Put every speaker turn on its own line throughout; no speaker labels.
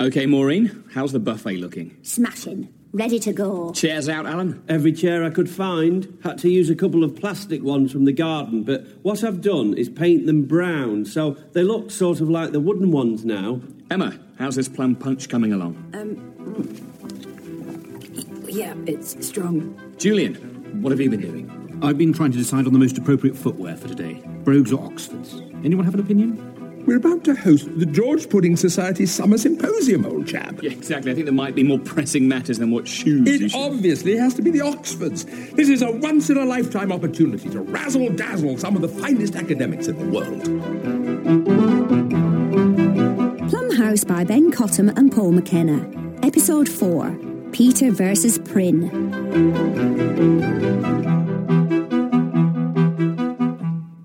Okay, Maureen, how's the buffet looking?
Smashing. Ready to go.
Chairs out, Alan?
Every chair I could find had to use a couple of plastic ones from the garden, but what I've done is paint them brown, so they look sort of like the wooden ones now.
Emma, how's this plum punch coming along?
Yeah, it's strong.
Julian, what have you been doing?
I've been trying to decide on the most appropriate footwear for today brogues or Oxfords. Anyone have an opinion?
We're about to host the George Pudding Society Summer Symposium, old chap.
Yeah, exactly. I think there might be more pressing matters than what shoes you
It
should-
obviously has to be the Oxfords. This is a once in a lifetime opportunity to razzle dazzle some of the finest academics in the world.
Plum House by Ben Cottam and Paul McKenna. Episode 4 Peter versus Prin.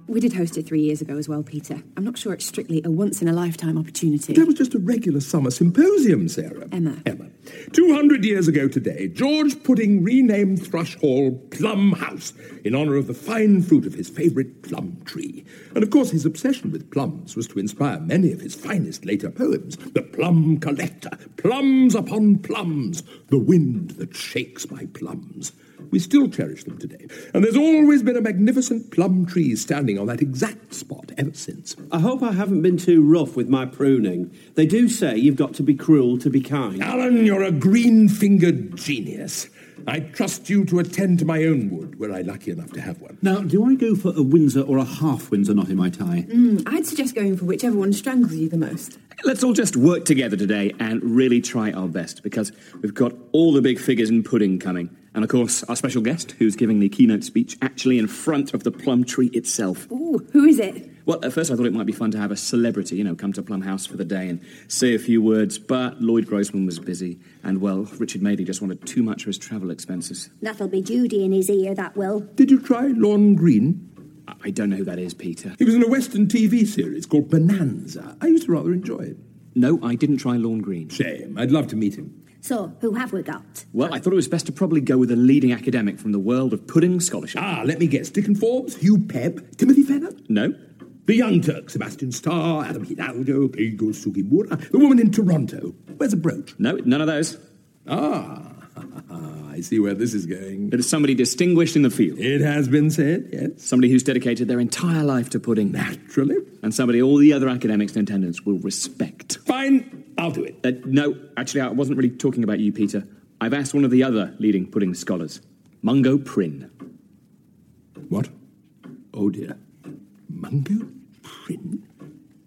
We did host it three years ago as well, Peter. I'm not sure it's strictly a once in a lifetime opportunity.
That was just a regular summer symposium, Sarah.
Emma.
Emma. 200 years ago today, George Pudding renamed Thrush Hall Plum House in honour of the fine fruit of his favourite plum tree. And of course, his obsession with plums was to inspire many of his finest later poems The Plum Collector, Plums Upon Plums, The Wind That Shakes My Plums. We still cherish them today. And there's always been a magnificent plum tree standing on that exact spot ever since.
I hope I haven't been too rough with my pruning. They do say you've got to be cruel to be kind.
Alan, you're a green fingered genius. I trust you to attend to my own wood, were I lucky enough to have one.
Now, do I go for a Windsor or a half Windsor knot in my tie?
Mm.
I'd suggest going for whichever one strangles you the most.
Let's all just work together today and really try our best because we've got all the big figures in pudding coming. And of course, our special guest, who's giving the keynote speech actually in front of the plum tree itself.
Ooh, who is it?
Well, at first I thought it might be fun to have a celebrity, you know, come to Plum House for the day and say a few words, but Lloyd Grossman was busy, and well, Richard Madeley just wanted too much for his travel expenses.
That'll be Judy in his ear, that will.
Did you try Lorne Green?
I- I don't know who that is, Peter.
He was in a Western TV series called Bonanza. I used to rather enjoy it.
No, I didn't try Lawn Green.
Shame. I'd love to meet him.
So, who have we got?
Well, I thought it was best to probably go with a leading academic from the world of pudding scholarship.
Ah, let me guess. Dick and Forbes, Hugh Pebb, Timothy Fenner?
No?
The Young Turk, Sebastian Starr, Adam Hidalgo, Pedro Sugimura, the woman in Toronto. Where's a brooch?
No, none of those.
Ah, I see where this is going.
It is somebody distinguished in the field.
It has been said, yes.
Somebody who's dedicated their entire life to pudding.
Naturally.
And somebody all the other academics in attendance will respect.
Fine, I'll do it.
Uh, no, actually, I wasn't really talking about you, Peter. I've asked one of the other leading pudding scholars, Mungo Prin.
What? Oh dear. Mungo Prin?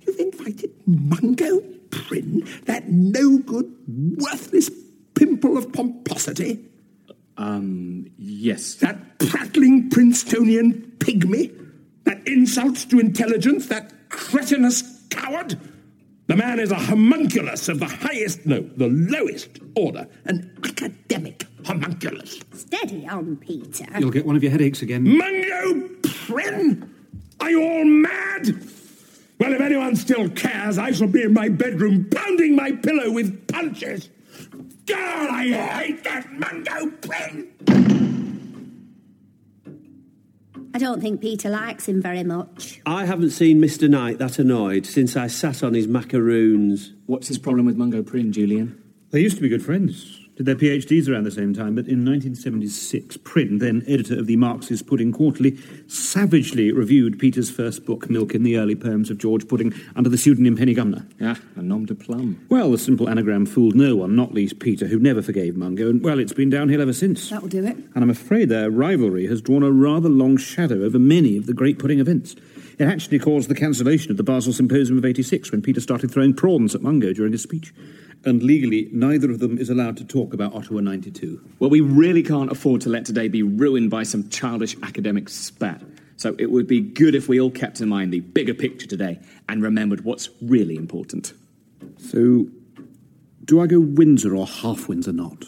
You've invited Mungo Prin? That no good, worthless pimple of pomposity?
Yes.
That prattling Princetonian pygmy? That insults to intelligence? That cretinous coward? The man is a homunculus of the highest, no, the lowest order, an academic homunculus.
Steady on, Peter.
You'll get one of your headaches again.
Mungo Prin? Are you all mad? Well, if anyone still cares, I shall be in my bedroom pounding my pillow with punches. God, I hate that Mungo Prin!
I don't think Peter likes him very much.
I haven't seen Mr. Knight that annoyed since I sat on his macaroons.
What's his problem with Mungo Prin, Julian?
They used to be good friends. Did their PhDs around the same time, but in 1976, Prin, then editor of the Marxist Pudding Quarterly, savagely reviewed Peter's first book, Milk in the Early Poems of George Pudding, under the pseudonym Penny Gumner.
Ah, a nom de plume.
Well, the simple anagram fooled no one, not least Peter, who never forgave Mungo, and well, it's been downhill ever since.
That'll do it.
And I'm afraid their rivalry has drawn a rather long shadow over many of the great pudding events. It actually caused the cancellation of the Basel Symposium of 86 when Peter started throwing prawns at Mungo during his speech. And legally, neither of them is allowed to talk about Ottawa 92.
Well, we really can't afford to let today be ruined by some childish academic spat. So it would be good if we all kept in mind the bigger picture today and remembered what's really important.
So, do I go Windsor or half Windsor not?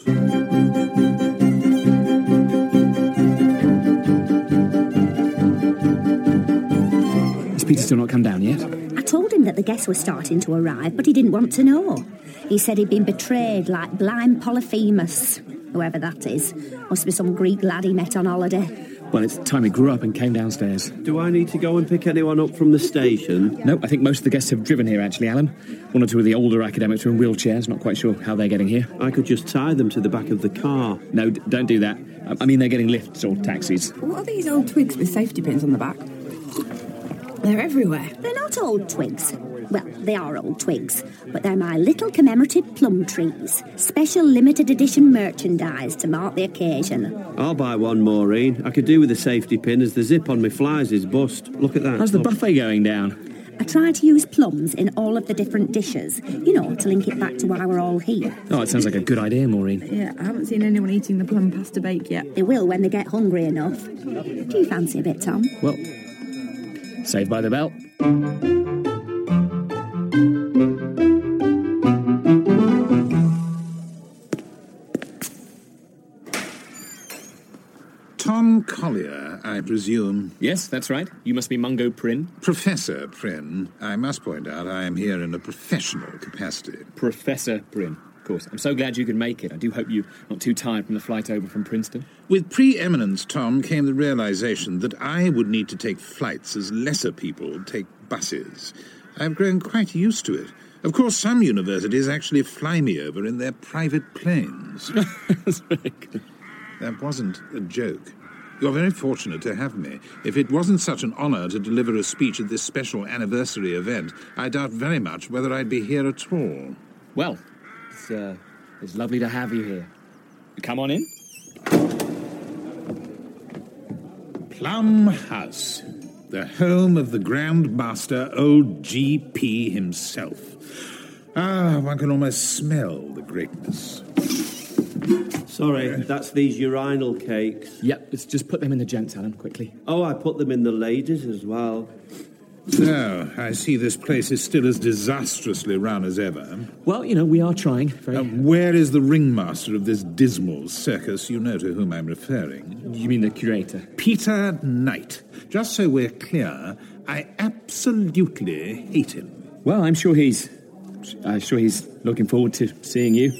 Has Peter still not come down yet?
I told him that the guests were starting to arrive, but he didn't want to know. He said he'd been betrayed like blind Polyphemus, whoever that is. Must be some Greek lad he met on holiday.
Well, it's time he grew up and came downstairs.
Do I need to go and pick anyone up from the station?
No, I think most of the guests have driven here, actually, Alan. One or two of the older academics are in wheelchairs, not quite sure how they're getting here.
I could just tie them to the back of the car.
No, d- don't do that. I- I mean, they're getting lifts or taxis.
What are these old twigs with safety pins on the back? They're everywhere.
They're not old twigs. Well, they are old twigs, but they're my little commemorative plum trees. Special limited edition merchandise to mark the occasion.
I'll buy one, Maureen. I could do with a safety pin as the zip on my flies is bust. Look at that.
How's the
Oh,
buffet going down?
I try to use plums in all of the different dishes, you know, to link it back to why we're all here.
Oh, it sounds like a good idea, Maureen.
Yeah, I haven't seen anyone eating the plum pasta bake yet.
They will when they get hungry enough. Do you fancy a bit, Tom?
Well, saved by the bell.
Tom Collier, I presume.
Yes, that's right. You must be Mungo Prin.
Professor Prynne. I must point out I am here in a professional capacity.
Professor Prin. Of course. I'm so glad you could make it. I do hope you're not too tired from the flight over from Princeton.
With preeminence, Tom, came the realization that I would need to take flights as lesser people take buses. I've grown quite used to it. Of course, some universities actually fly me over in their private planes.
That's very good.
That wasn't a joke. You're very fortunate to have me. If it wasn't such an honor to deliver a speech at this special anniversary event, I doubt very much whether I'd be here at all.
Well, it's, uh, it's lovely to have you here. Come on in.
Plum House, the home of the Grand Master Old GP himself. Ah, one can almost smell the greatness.
Sorry, that's these urinal cakes.
Yep, let's just put them in the gents, Alan, quickly.
Oh, I put them in the ladies as well.
So, I see this place is still as disastrously run as ever.
Well, you know, we are trying. Very...
Uh, where is the ringmaster of this dismal circus? You know to whom I'm referring.
Oh, you mean the curator?
Peter Knight. Just so we're clear, I absolutely hate him.
Well, I'm sure he's. I'm sure he's looking forward to seeing you.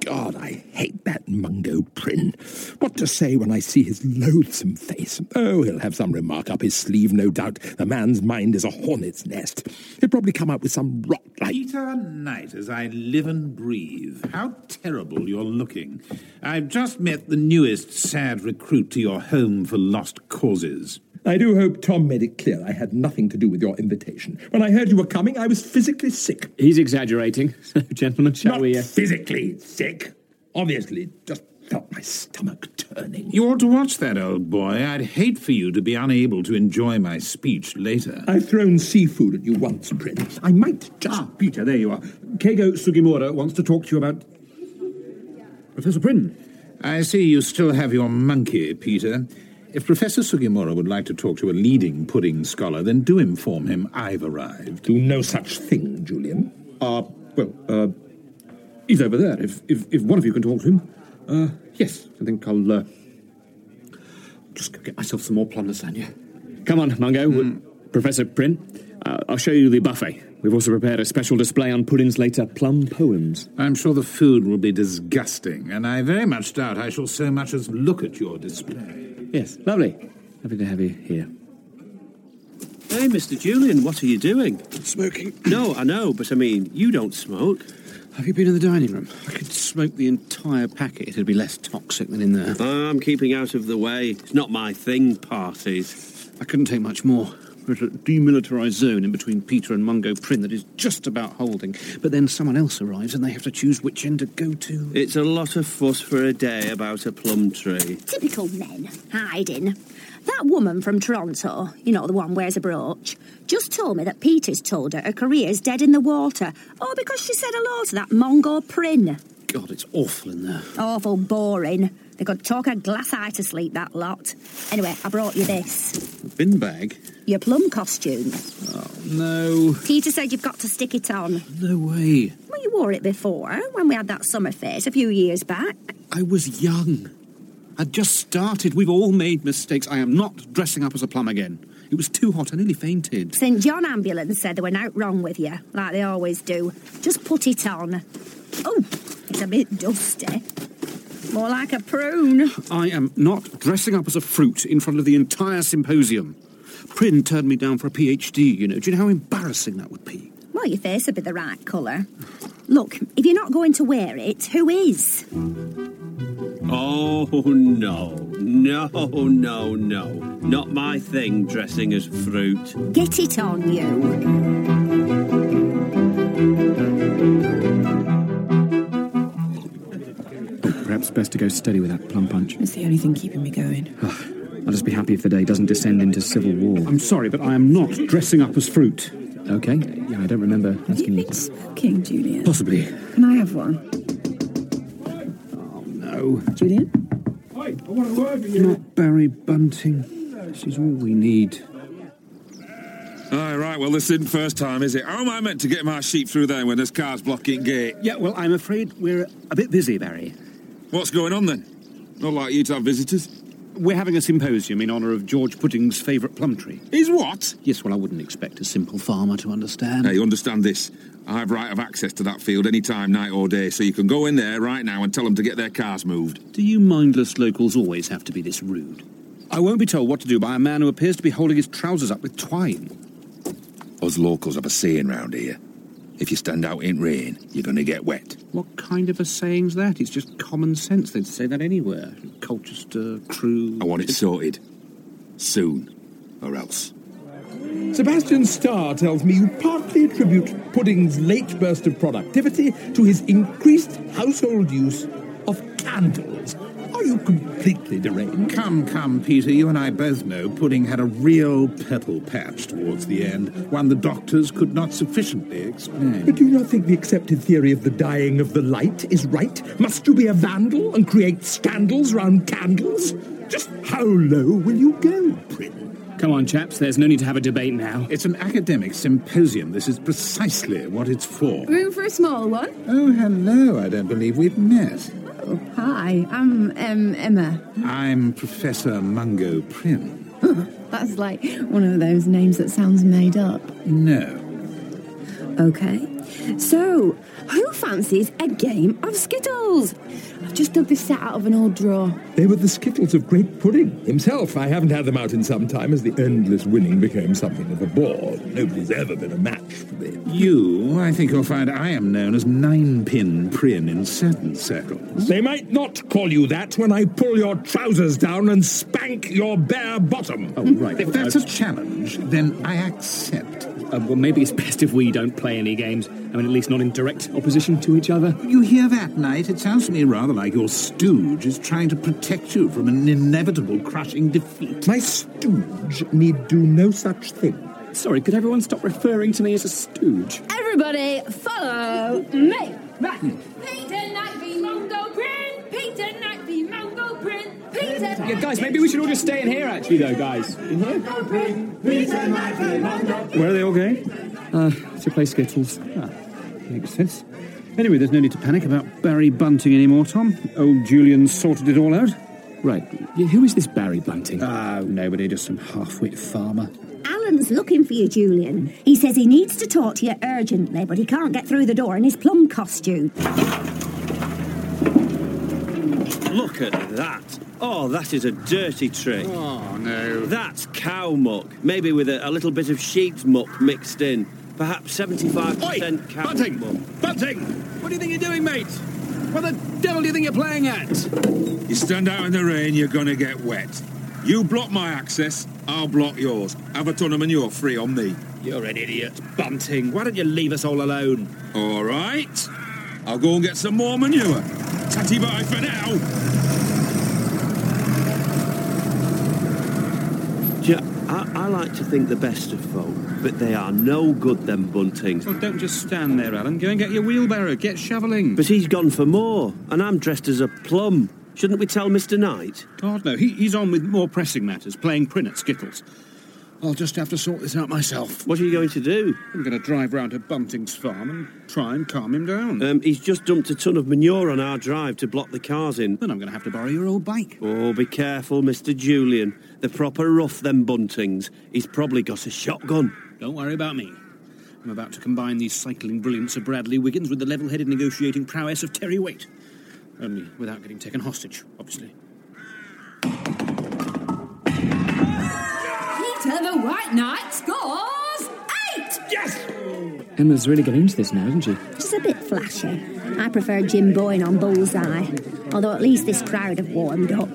God, I hate that Mungo Prin. What to say when I see his loathsome face? Oh, he'll have some remark up his sleeve, no doubt. The man's mind is a hornet's nest. He'll probably come up with some rot like.
Peter Knight, as I live and breathe, how terrible you're looking. I've just met the newest sad recruit to your home for lost causes.
I do hope Tom made it clear I had nothing to do with your invitation. When I heard you were coming, I was physically sick.
He's exaggerating. So, gentlemen, shall
Not
we? Uh...
physically sick. Obviously, just felt my stomach turning.
You ought to watch that, old boy. I'd hate for you to be unable to enjoy my speech later.
I've thrown seafood at you once, Prince. I might just.
Ah, Peter, there you are. Keigo Sugimura wants to talk to you about. Professor Prin.
I see you still have your monkey, Peter. If Professor Sugimura would like to talk to a leading pudding scholar, then do inform him I've arrived.
Do no such thing, Julian.
Uh, well, uh, he's over there, if, if, if one of you can talk to him. Uh, yes, I think I'll, uh, just go get myself some more plum lasagna.
Come on, Mungo.
Hmm.
w- Professor Prin, uh, I'll show you the buffet. We've also prepared a special display on Puddin's later plum poems.
I'm sure the food will be disgusting, and I very much doubt I shall so much as look at your display.
Yes, lovely. Lovely to have you here.
Hey, Mr. Julian, what are you doing?
Smoking.
No, I know, but I mean, you don't smoke.
Have you been in the dining room? I could smoke the entire packet. It'd be less toxic than in there.
I'm keeping out of the way. It's not my thing, parties.
I couldn't take much more. We're at a demilitarised zone in between Peter and Mungo Prin that is just about holding. But then someone else arrives and they have to choose which end to go to.
It's a lot of fuss for a day about a plum tree.
Typical men, hiding. That woman from Toronto, you know, the one wears a brooch, just told me that Peter's told her her career's dead in the water. Oh, because she said hello to that Mongo Prin.
God, it's awful in there.
Awful boring. They could talk a glass eye to sleep, that lot. Anyway, I brought you this.
Bin bag?
Your plum costume.
No,
Peter said you've got to stick it on.
no way.
Well, you wore it before, when we had that summer fete a few years back.
I was young. I'd just started. We've all made mistakes. I am not dressing up as a plum again. It was too hot. I nearly fainted.
St John Ambulance said there were nout wrong with you, like they always do. Just put it on. Oh, it's a bit dusty. More like a prune.
I am not dressing up as a fruit in front of the entire symposium. Prin turned me down for a PhD, you know. Do you know how embarrassing that would be?
Well, your face would be the right colour. Look, if you're not going to wear it, who is?
Oh, no. No, no, no. Not my thing, dressing as fruit.
Get it on you.
Perhaps best to go steady with that plum punch.
It's the only thing keeping me going.
I'll just be happy if the day doesn't descend into civil war.
I'm sorry, but I am not dressing up as fruit.
Okay. Yeah, I don't remember
Have you
asking you.
been smoking, Julian?
Possibly.
Can I have one?
No.
Julian?
Not Barry Bunting. This is all we need.
Aye, right, well, this isn't first time, is it? How am I meant to get my sheep through there when there's cars blocking gate?
Yeah, well, I'm afraid we're a bit busy, Barry.
What's going on then? Not like you to have visitors.
We're having a symposium in honour of George Pudding's favourite plum tree.
Is what?
Yes, well, I wouldn't expect a simple farmer to understand.
Now, you understand this. I have right of access to that field any time, night or day, so you can go in there right now and tell them to get their cars moved.
Do you mindless locals always have to be this rude? I won't be told what to do by a man who appears to be holding his trousers up with twine.
Us locals have a saying round here. If you stand out in rain, you're going to get wet.
What kind of a saying's that? It's just common sense. They'd say that anywhere. Colchester, Crewe.
I want it sorted. Soon. Or else.
Sebastian Starr tells me you partly attribute Pudding's late burst of productivity to his increased household use of candles. Are you completely deranged?
Come, come, Peter, you and I both know Pudding had a real purple patch towards the end, one the doctors could not sufficiently
But
explain.
do you not think the accepted theory of the dying of the light is right? Must you be a vandal and create scandals round candles? Just how low will you go, Prin?
Come on, chaps, there's no need to have a debate now.
It's an academic symposium. This is precisely what it's for.
Room for a small one?
Oh, hello, I don't believe we've met.
Oh, hi. I'm um, Emma.
I'm Professor Mungo Prim.
That's like one of those names that sounds made up.
No.
Okay. So, who fancies a game of Skittles? I've just dug this set out of an old drawer.
They were the skittles of great pudding himself. I haven't had them out in some time, as the endless winning became something of a bore. Nobody's ever been a match for me.
You, I think you'll find I am known as Ninepin Prim in certain circles.
They might not call you that when I pull your trousers down and spank your bare bottom.
Oh, right.
If that's a challenge, then I accept.
Uh, well, maybe it's best if we don't play any games. I mean, at least not in direct opposition to each other.
You hear that, Knight? It sounds to me rather like your stooge is trying to protect you from an inevitable crushing defeat.
My stooge need do no such thing.
Sorry, could everyone stop referring to me as a stooge?
Everybody, follow me.
Right. Peter Knightley, Mongo Print. Peter Knightley, Mongo Print. Peter.
Yeah, guys, maybe we should all just stay in here, actually, though, guys. In here?
Where are they all going?
Uh, to play Skittles. Ah.
Makes sense. Anyway, there's no need to panic about Barry Bunting anymore, Tom. Old Julian sorted it all out.
Right. Yeah, who is this Barry Bunting?
Uh, Ah,
Oh, nobody, just some half-wit farmer.
Alan's looking for you, Julian. He says he needs to talk to you urgently, but he can't get through the door in his plum costume.
Look at that. Oh, that is a dirty trick.
Oh, no.
That's cow muck, maybe with a, a little bit of sheep's muck mixed in. Perhaps 75% cow
Bunting!
muck.
Bunting! What do you think you're doing, mate? What the devil do you think you're playing at?
You stand out in the rain, you're going to get wet. You block my access, I'll block yours. Have a ton of manure free on me.
You're an idiot, Bunting. Why don't you leave us all alone?
All right. I'll go and get some more manure. Tatty bye for now.
Do you- I, I like to think the best of folk, but they are no good, them buntings.
Well, don't just stand there, Alan. Go and get your wheelbarrow. Get shoveling.
But he's gone for more, and I'm dressed as a plum. Shouldn't we tell Mr. Knight?
God, no. He, he's on with more pressing matters, playing Prin at Skittles. I'll just have to sort this out myself.
What are you going to do?
I'm going to drive round to Bunting's farm and try and calm him down.
Um, he's just dumped a ton of manure on our drive to block the cars in.
then I'm going to have to borrow your old bike.
Oh, be careful, Mr. Julian. The proper rough, them buntings. He's probably got a shotgun.
Don't worry about me. I'm about to combine the cycling brilliance of Bradley Wiggins with the level headed negotiating prowess of Terry Waite.
Only without getting taken hostage, obviously.
Peter the White Knight scores eight! Yes!
Emma's really got into this now, isn't she?
Just a bit flashy. I prefer Jim Boyne on Bullseye, although at least this crowd have warmed up.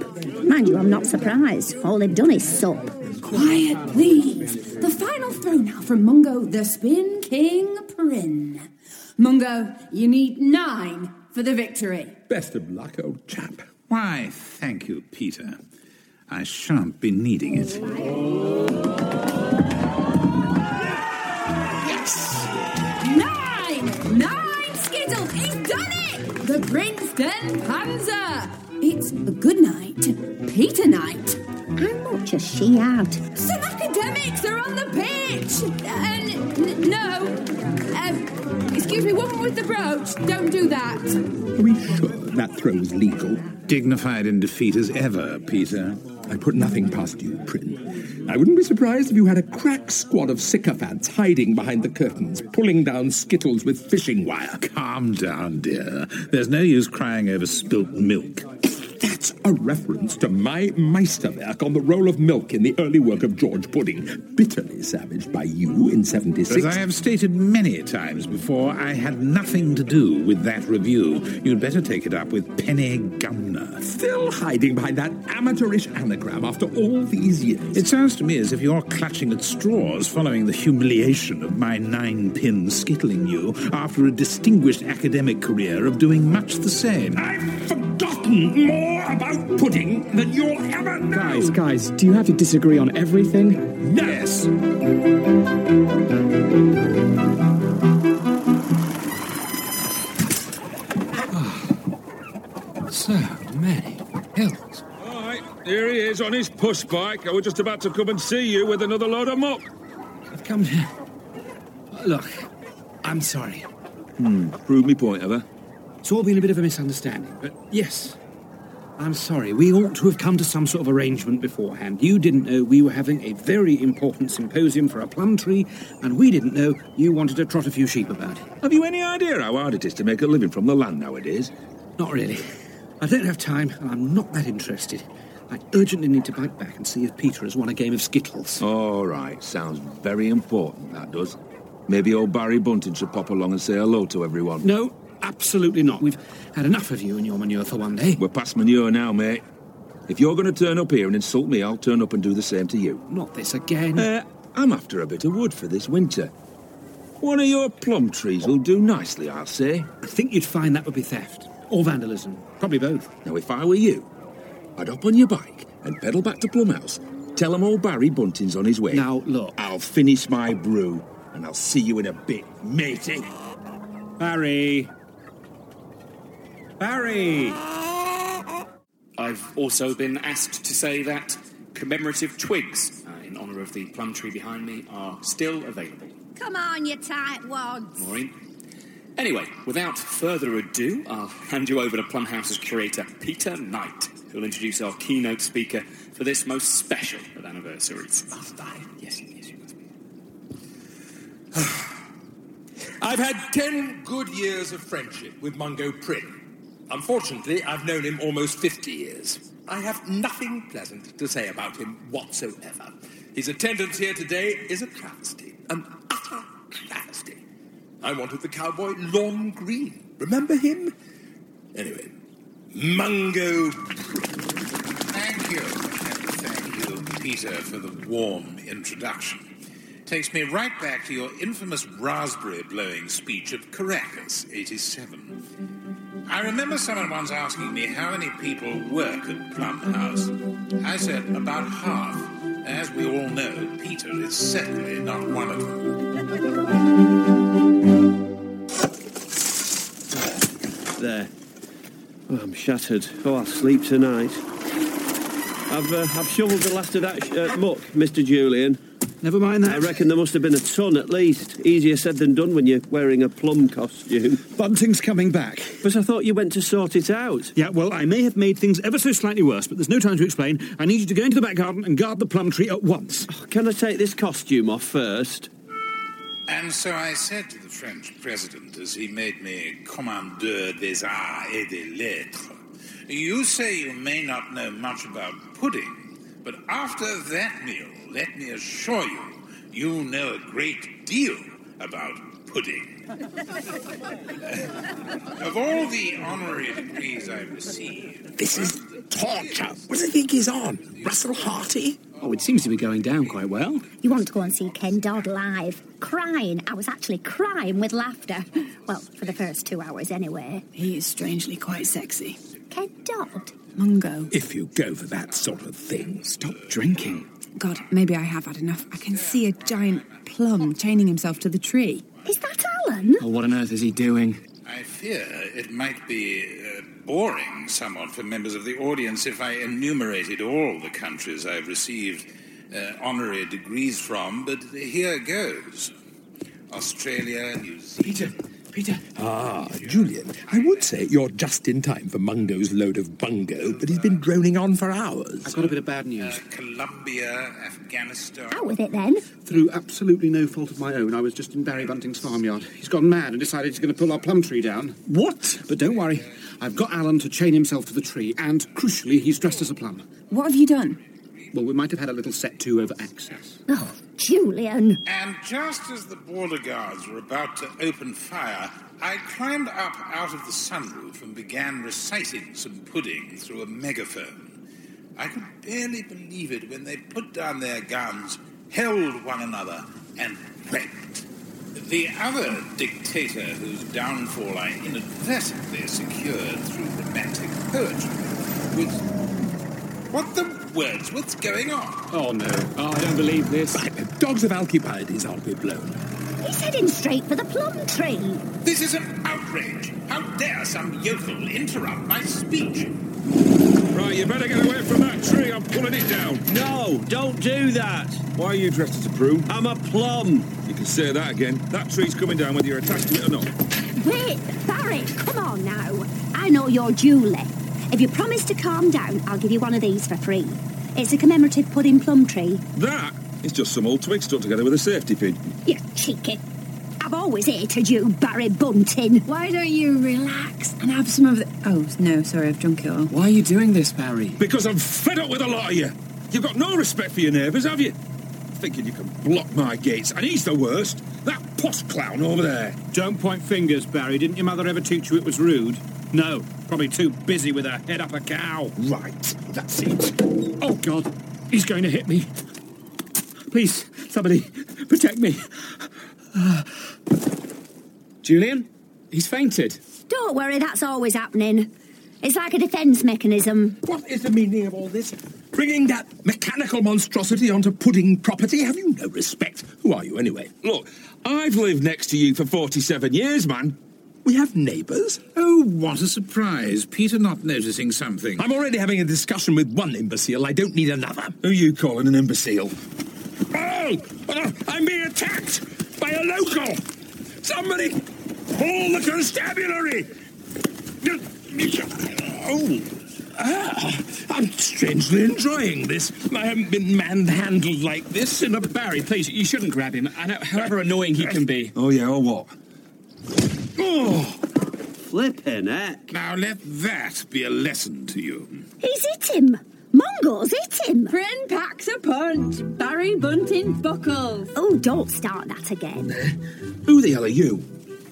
Mind you, I'm not surprised. All they've done is sup.
Quiet, please. The final throw now from Mungo, the Spin King Prin. Mungo, you need nine for the victory.
Best of luck, old chap. Why, thank you, Peter. I shan't be needing it.
Yes! Nine! Nine Skittles! He's done it! The Princeton Panzer! It's a good night, Peter night.
How much has she had?
Some academics are on the pitch! And n- no, um, excuse me, woman with the brooch, don't do that.
Are we sure that throw was legal? Dignified in defeat as ever, Peter.
I put nothing past you, Prin. I wouldn't be surprised if you had a crack squad of sycophants hiding behind the curtains, pulling down skittles with fishing wire.
Calm down, dear. There's no use crying over spilt milk.
That's a reference to my Meisterwerk on the roll of milk in the early work of George Pudding, bitterly savaged by you in 76.
As I have stated many times before, I had nothing to do with that review. You'd better take it up with Penny Gumner.
Still hiding behind that amateurish anagram after all these years.
It sounds to me as if you're clutching at straws following the humiliation of my nine pin skittling you after a distinguished academic career of doing much the same.
I've forgotten more about pudding than you'll ever know.
Guys, guys, do you have to disagree on everything?
Yes.
So many hills.
All right, here he is on his push bike. I was just about to come and see you with another load of muck.
I've come here. Uh, Look, I'm sorry.
Hmm, prove me point, ever.
It's all been a bit of a misunderstanding, but yes, I'm sorry. We ought to have come to some sort of arrangement beforehand. You didn't know we were having a very important symposium for a plum tree, and we didn't know you wanted to trot a few sheep about.
Have you any idea how hard it is to make a living from the land nowadays?
Not really. I don't have time, and I'm not that interested. I urgently need to bite back and see if Peter has won a game of
Oh.
Skittles.
All right, sounds very important, that does. Maybe old Barry Bunting should pop along and say hello to everyone.
No, absolutely not. We've had enough of you and your manure for one day.
We're past manure now, mate. If you're going to turn up here and insult me, I'll turn up and do the same to you.
Not this again.
Uh, I'm after a bit of wood for this winter. One of your plum trees will do nicely, I'll say.
I think you'd find that would be theft or vandalism. Probably both.
Now, if I were you, I'd hop on your bike and pedal back to Plumhouse. Tell 'em old Barry Bunting's on his way.
Now, look.
I'll finish my brew and I'll see you in a bit, matey.
Barry! Barry!
I've also been asked to say that commemorative twigs, uh, in honour of the plum tree behind me, are still available.
Come on, you tight wads.
Maureen. Anyway, without further ado, I'll hand you over to Plumhouse's curator, Peter Knight, who'll introduce our keynote speaker for this most special of anniversaries. Yes, yes, yes.
I've had ten good years of friendship with Mungo Prin. Unfortunately, I've known him almost 50 years. I have nothing pleasant to say about him whatsoever. His attendance here today is a travesty, an utter travesty. I wanted the cowboy Lon Green. Remember him? Anyway, Mungo
Thank you. Thank you, Peter, for the warm introduction. Takes me right back to your infamous raspberry blowing speech at Caracas, 87. I remember someone once asking me how many people work at Plum House. I said about half. As we all know, Peter is certainly not one of them.
There. Oh, I'm shattered. Oh, I'll sleep tonight. I've, uh, I've shoveled the last of that sh- uh, muck, Mr. Julian.
Never mind that.
I reckon there must have been a ton at least. Easier said than done when you're wearing a plum costume.
Bunting's coming back.
But I thought you went to sort it out.
Yeah, well, I may have made things ever so slightly worse, but there's no time to explain. I need you to go into the back garden and guard the plum tree at once.
Can I take this costume off first?
And so I said to the French president as he made me commandeur des arts et des lettres, You say you may not know much about pudding, but after that meal, let me assure you, you know a great deal about pudding. Of all the honorary degrees I've received,
This is torture. What does he think he's on? Russell Harty?
Oh, it seems to be going down quite well.
You want to go and see Ken Dodd live? Crying. I was actually crying with laughter. Well, for the first two hours anyway.
He is strangely quite sexy.
Ken Dodd?
Mungo.
If you go for that sort of thing, stop
drinking.
God, maybe I have had enough. I can see a giant plum chaining himself to the tree.
Is that Alan?
Oh, what on earth is he doing?
I fear it might be uh, boring somewhat for members of the audience if I enumerated all the countries I've received uh, honorary degrees from, but here goes Australia, New Zealand.
Peter. Ah, Julian. I would say you're just in time for Mungo's load of bungo, but he's been droning on for hours.
I've got a bit of bad news.
Colombia, Afghanistan.
Out with it then.
Through absolutely no fault of my own, I was just in Barry Bunting's farmyard. He's gone mad and decided he's going to pull our plum tree down.
What?
But don't worry, I've got Alan to chain himself to the tree, and crucially, he's dressed as a plum.
What have you done?
Well, we might have had a little set to over access.
Oh, Julian.
And just as the border guards were about to open fire, I climbed up out of the sunroof and began reciting some pudding through a megaphone. I could barely believe it when they put down their guns, held one another, and wept. The other dictator whose downfall I inadvertently secured through romantic poetry was. What the words? What's going on?
Oh, no. Oh, I don't believe this.
the dogs of Alcibiades are to be blown.
He's heading straight for the plum tree.
This is an outrage! How dare some yokel interrupt my speech?
Right, you better get away from that tree. I'm pulling it down.
No, don't do that.
Why are you dressed as a prune?
I'm a plum.
You can say that again. That tree's coming down whether you're attached to it or not.
Wait, Barry, come on now. I know you're Julie. If you promise to calm down, I'll give you one of these for free. It's a commemorative pudding plum tree.
That is just some old twig stuck together with a safety pin.
You cheeky. I've always hated you, Barry Bunting.
Why don't you relax and have some of the. Oh, no, sorry, I've drunk it all.
Why are you doing this, Barry?
Because I'm fed up with a lot of you. You've got no respect for your neighbours, have you? Thinking you can block my gates, and he's the worst. That pos clown over there.
Don't point fingers, Barry. Didn't your mother ever teach you it was rude? No, probably too busy with her head up a cow.
Right, that's it.
Oh, God, he's going to hit me. Please, somebody, protect me.
Uh. Julian? He's fainted.
Don't worry, that's always happening. It's like a defence mechanism.
What is the meaning of all this? Bringing that mechanical monstrosity onto pudding property? Have you no respect? Who are you, anyway?
Look, I've lived next to you for 47 years, man.
We have neighbours.
Oh, what a surprise. Peter not noticing something.
I'm already having a discussion with one imbecile. I don't need another.
Who you calling an imbecile? Oh!
Uh,
oh, I'm being attacked by a local! Somebody call the constabulary!
Oh, ah, I'm strangely enjoying this. I haven't been manhandled like this in a
Barry, please, you shouldn't grab him. I know, however annoying he can be.
Oh, yeah, or what?
Oh,
Flippin' heck.
Now let that be a lesson to you.
He's hit him. Mongo's hit him.
Bryn packs a punch. Barry Bunting buckles.
Oh, don't start that again.
who the hell are you?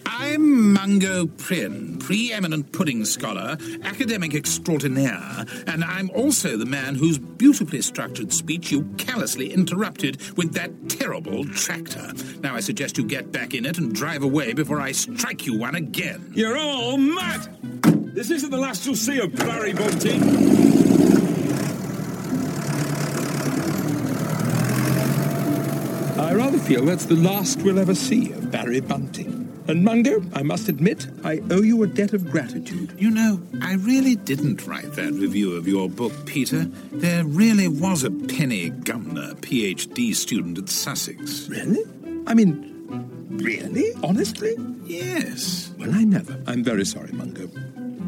I'm Mungo Prynne, preeminent pudding scholar, academic extraordinaire, and I'm also the man whose beautifully structured speech you callously interrupted with that terrible tractor. Now I suggest you get back in it and drive away before I strike you one again.
You're all mad! This isn't the last you'll see of Barry Bunting.
I rather feel that's the last we'll ever see of Barry Bunting. And Mungo, I must admit, I owe you a debt of gratitude.
You know, I really didn't write that review of your book, Peter. There really was a Penny Gumner, PhD student at Sussex.
Really? I mean, really? Honestly?
Yes.
Well, I never. I'm very sorry, Mungo.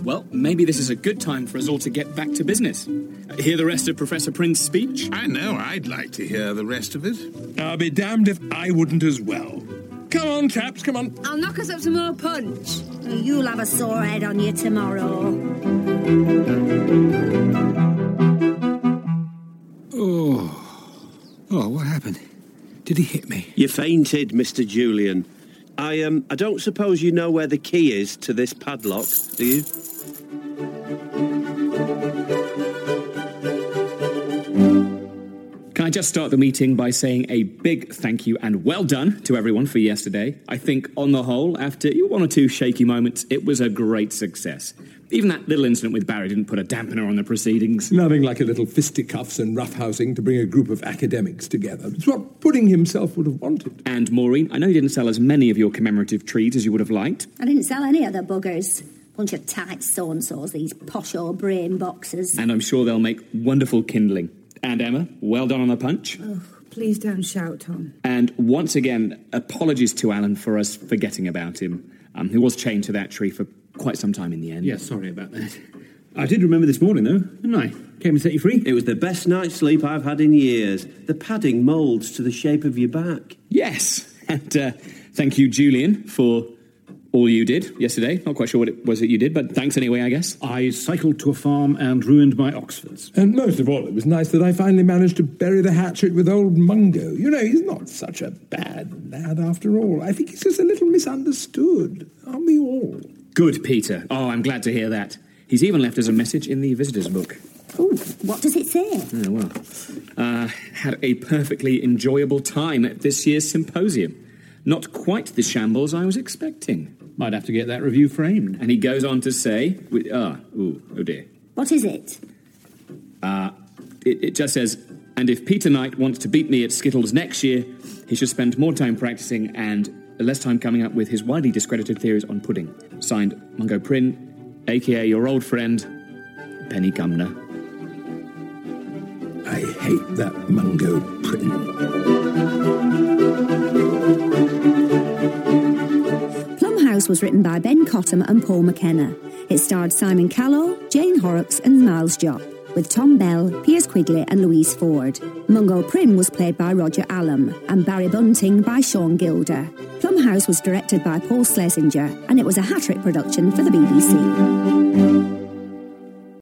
Well, maybe this is a good time for us all to get back to business. Uh, Hear the rest of Professor Prince's speech?
I know I'd like to hear the rest of it.
I'll be damned if I wouldn't as well.
Come on, chaps, come on.
I'll knock us up some more punch.
You'll have a sore head on you tomorrow.
Oh. Oh, what happened? Did he hit me?
You fainted, Mr. Julian. I um, I don't suppose you know where the key is to this padlock, do you?
Can I just start the meeting by saying a big thank you and well done to everyone for yesterday? I think, on the whole, after one or two shaky moments, it was a great success. Even that little incident with Barry didn't put a dampener on the proceedings.
Nothing like a little fisticuffs and roughhousing to bring a group of academics together. It's what Pudding himself would have wanted.
And Maureen, I know you didn't sell as many of your commemorative trees as you would have liked.
I didn't sell any other buggers. Bunch of tight so-and-sos, these posh old brain boxes.
And I'm sure they'll make wonderful kindling. And Emma, well done on the punch.
Oh, Please don't shout, Tom.
And once again, apologies to Alan for us forgetting about him. Um, he was chained to that tree for quite some time in the end.
Yeah, sorry about that.
I did remember this morning, though, didn't I? Came and set you free.
It was the best night's sleep I've had in years. The padding moulds to the shape of your back.
Yes, and uh, thank you, Julian, for all you did yesterday. Not quite sure what it was that you did, but thanks anyway, I guess.
I cycled to a farm and ruined my Oxfords.
And most of all, it was nice that I finally managed to bury the hatchet with old Mungo. You know, he's not such a bad lad after all. I think he's just a little misunderstood. Aren't we all?
Good, Peter. Oh, I'm glad to hear that. He's even left us a message in the visitors' book.
Oh, what does it say?
Oh, well. Uh, had a perfectly enjoyable time at this year's symposium. Not quite the shambles I was expecting.
Might have to get that review framed.
And he goes on to say, we- ah, ooh, oh dear.
What is it?
Uh, it, it just says, and if Peter Knight wants to beat me at Skittles next year, he should spend more time practicing and less time coming up with his widely discredited theories on pudding. Signed, Mungo Prynne, aka your old friend, Penny Cumner.
I hate that Mungo Prynne.
Plumhouse was written by Ben Cottam and Paul McKenna. It starred Simon Callow, Jane Horrocks, and Miles Jopp, with Tom Bell, Piers Quigley, and Louise Ford. Mungo Prim was played by Roger Allam, and Barry Bunting by Sean Gilder. Plumhouse was directed by Paul Schlesinger, and it was a hat trick production for the BBC.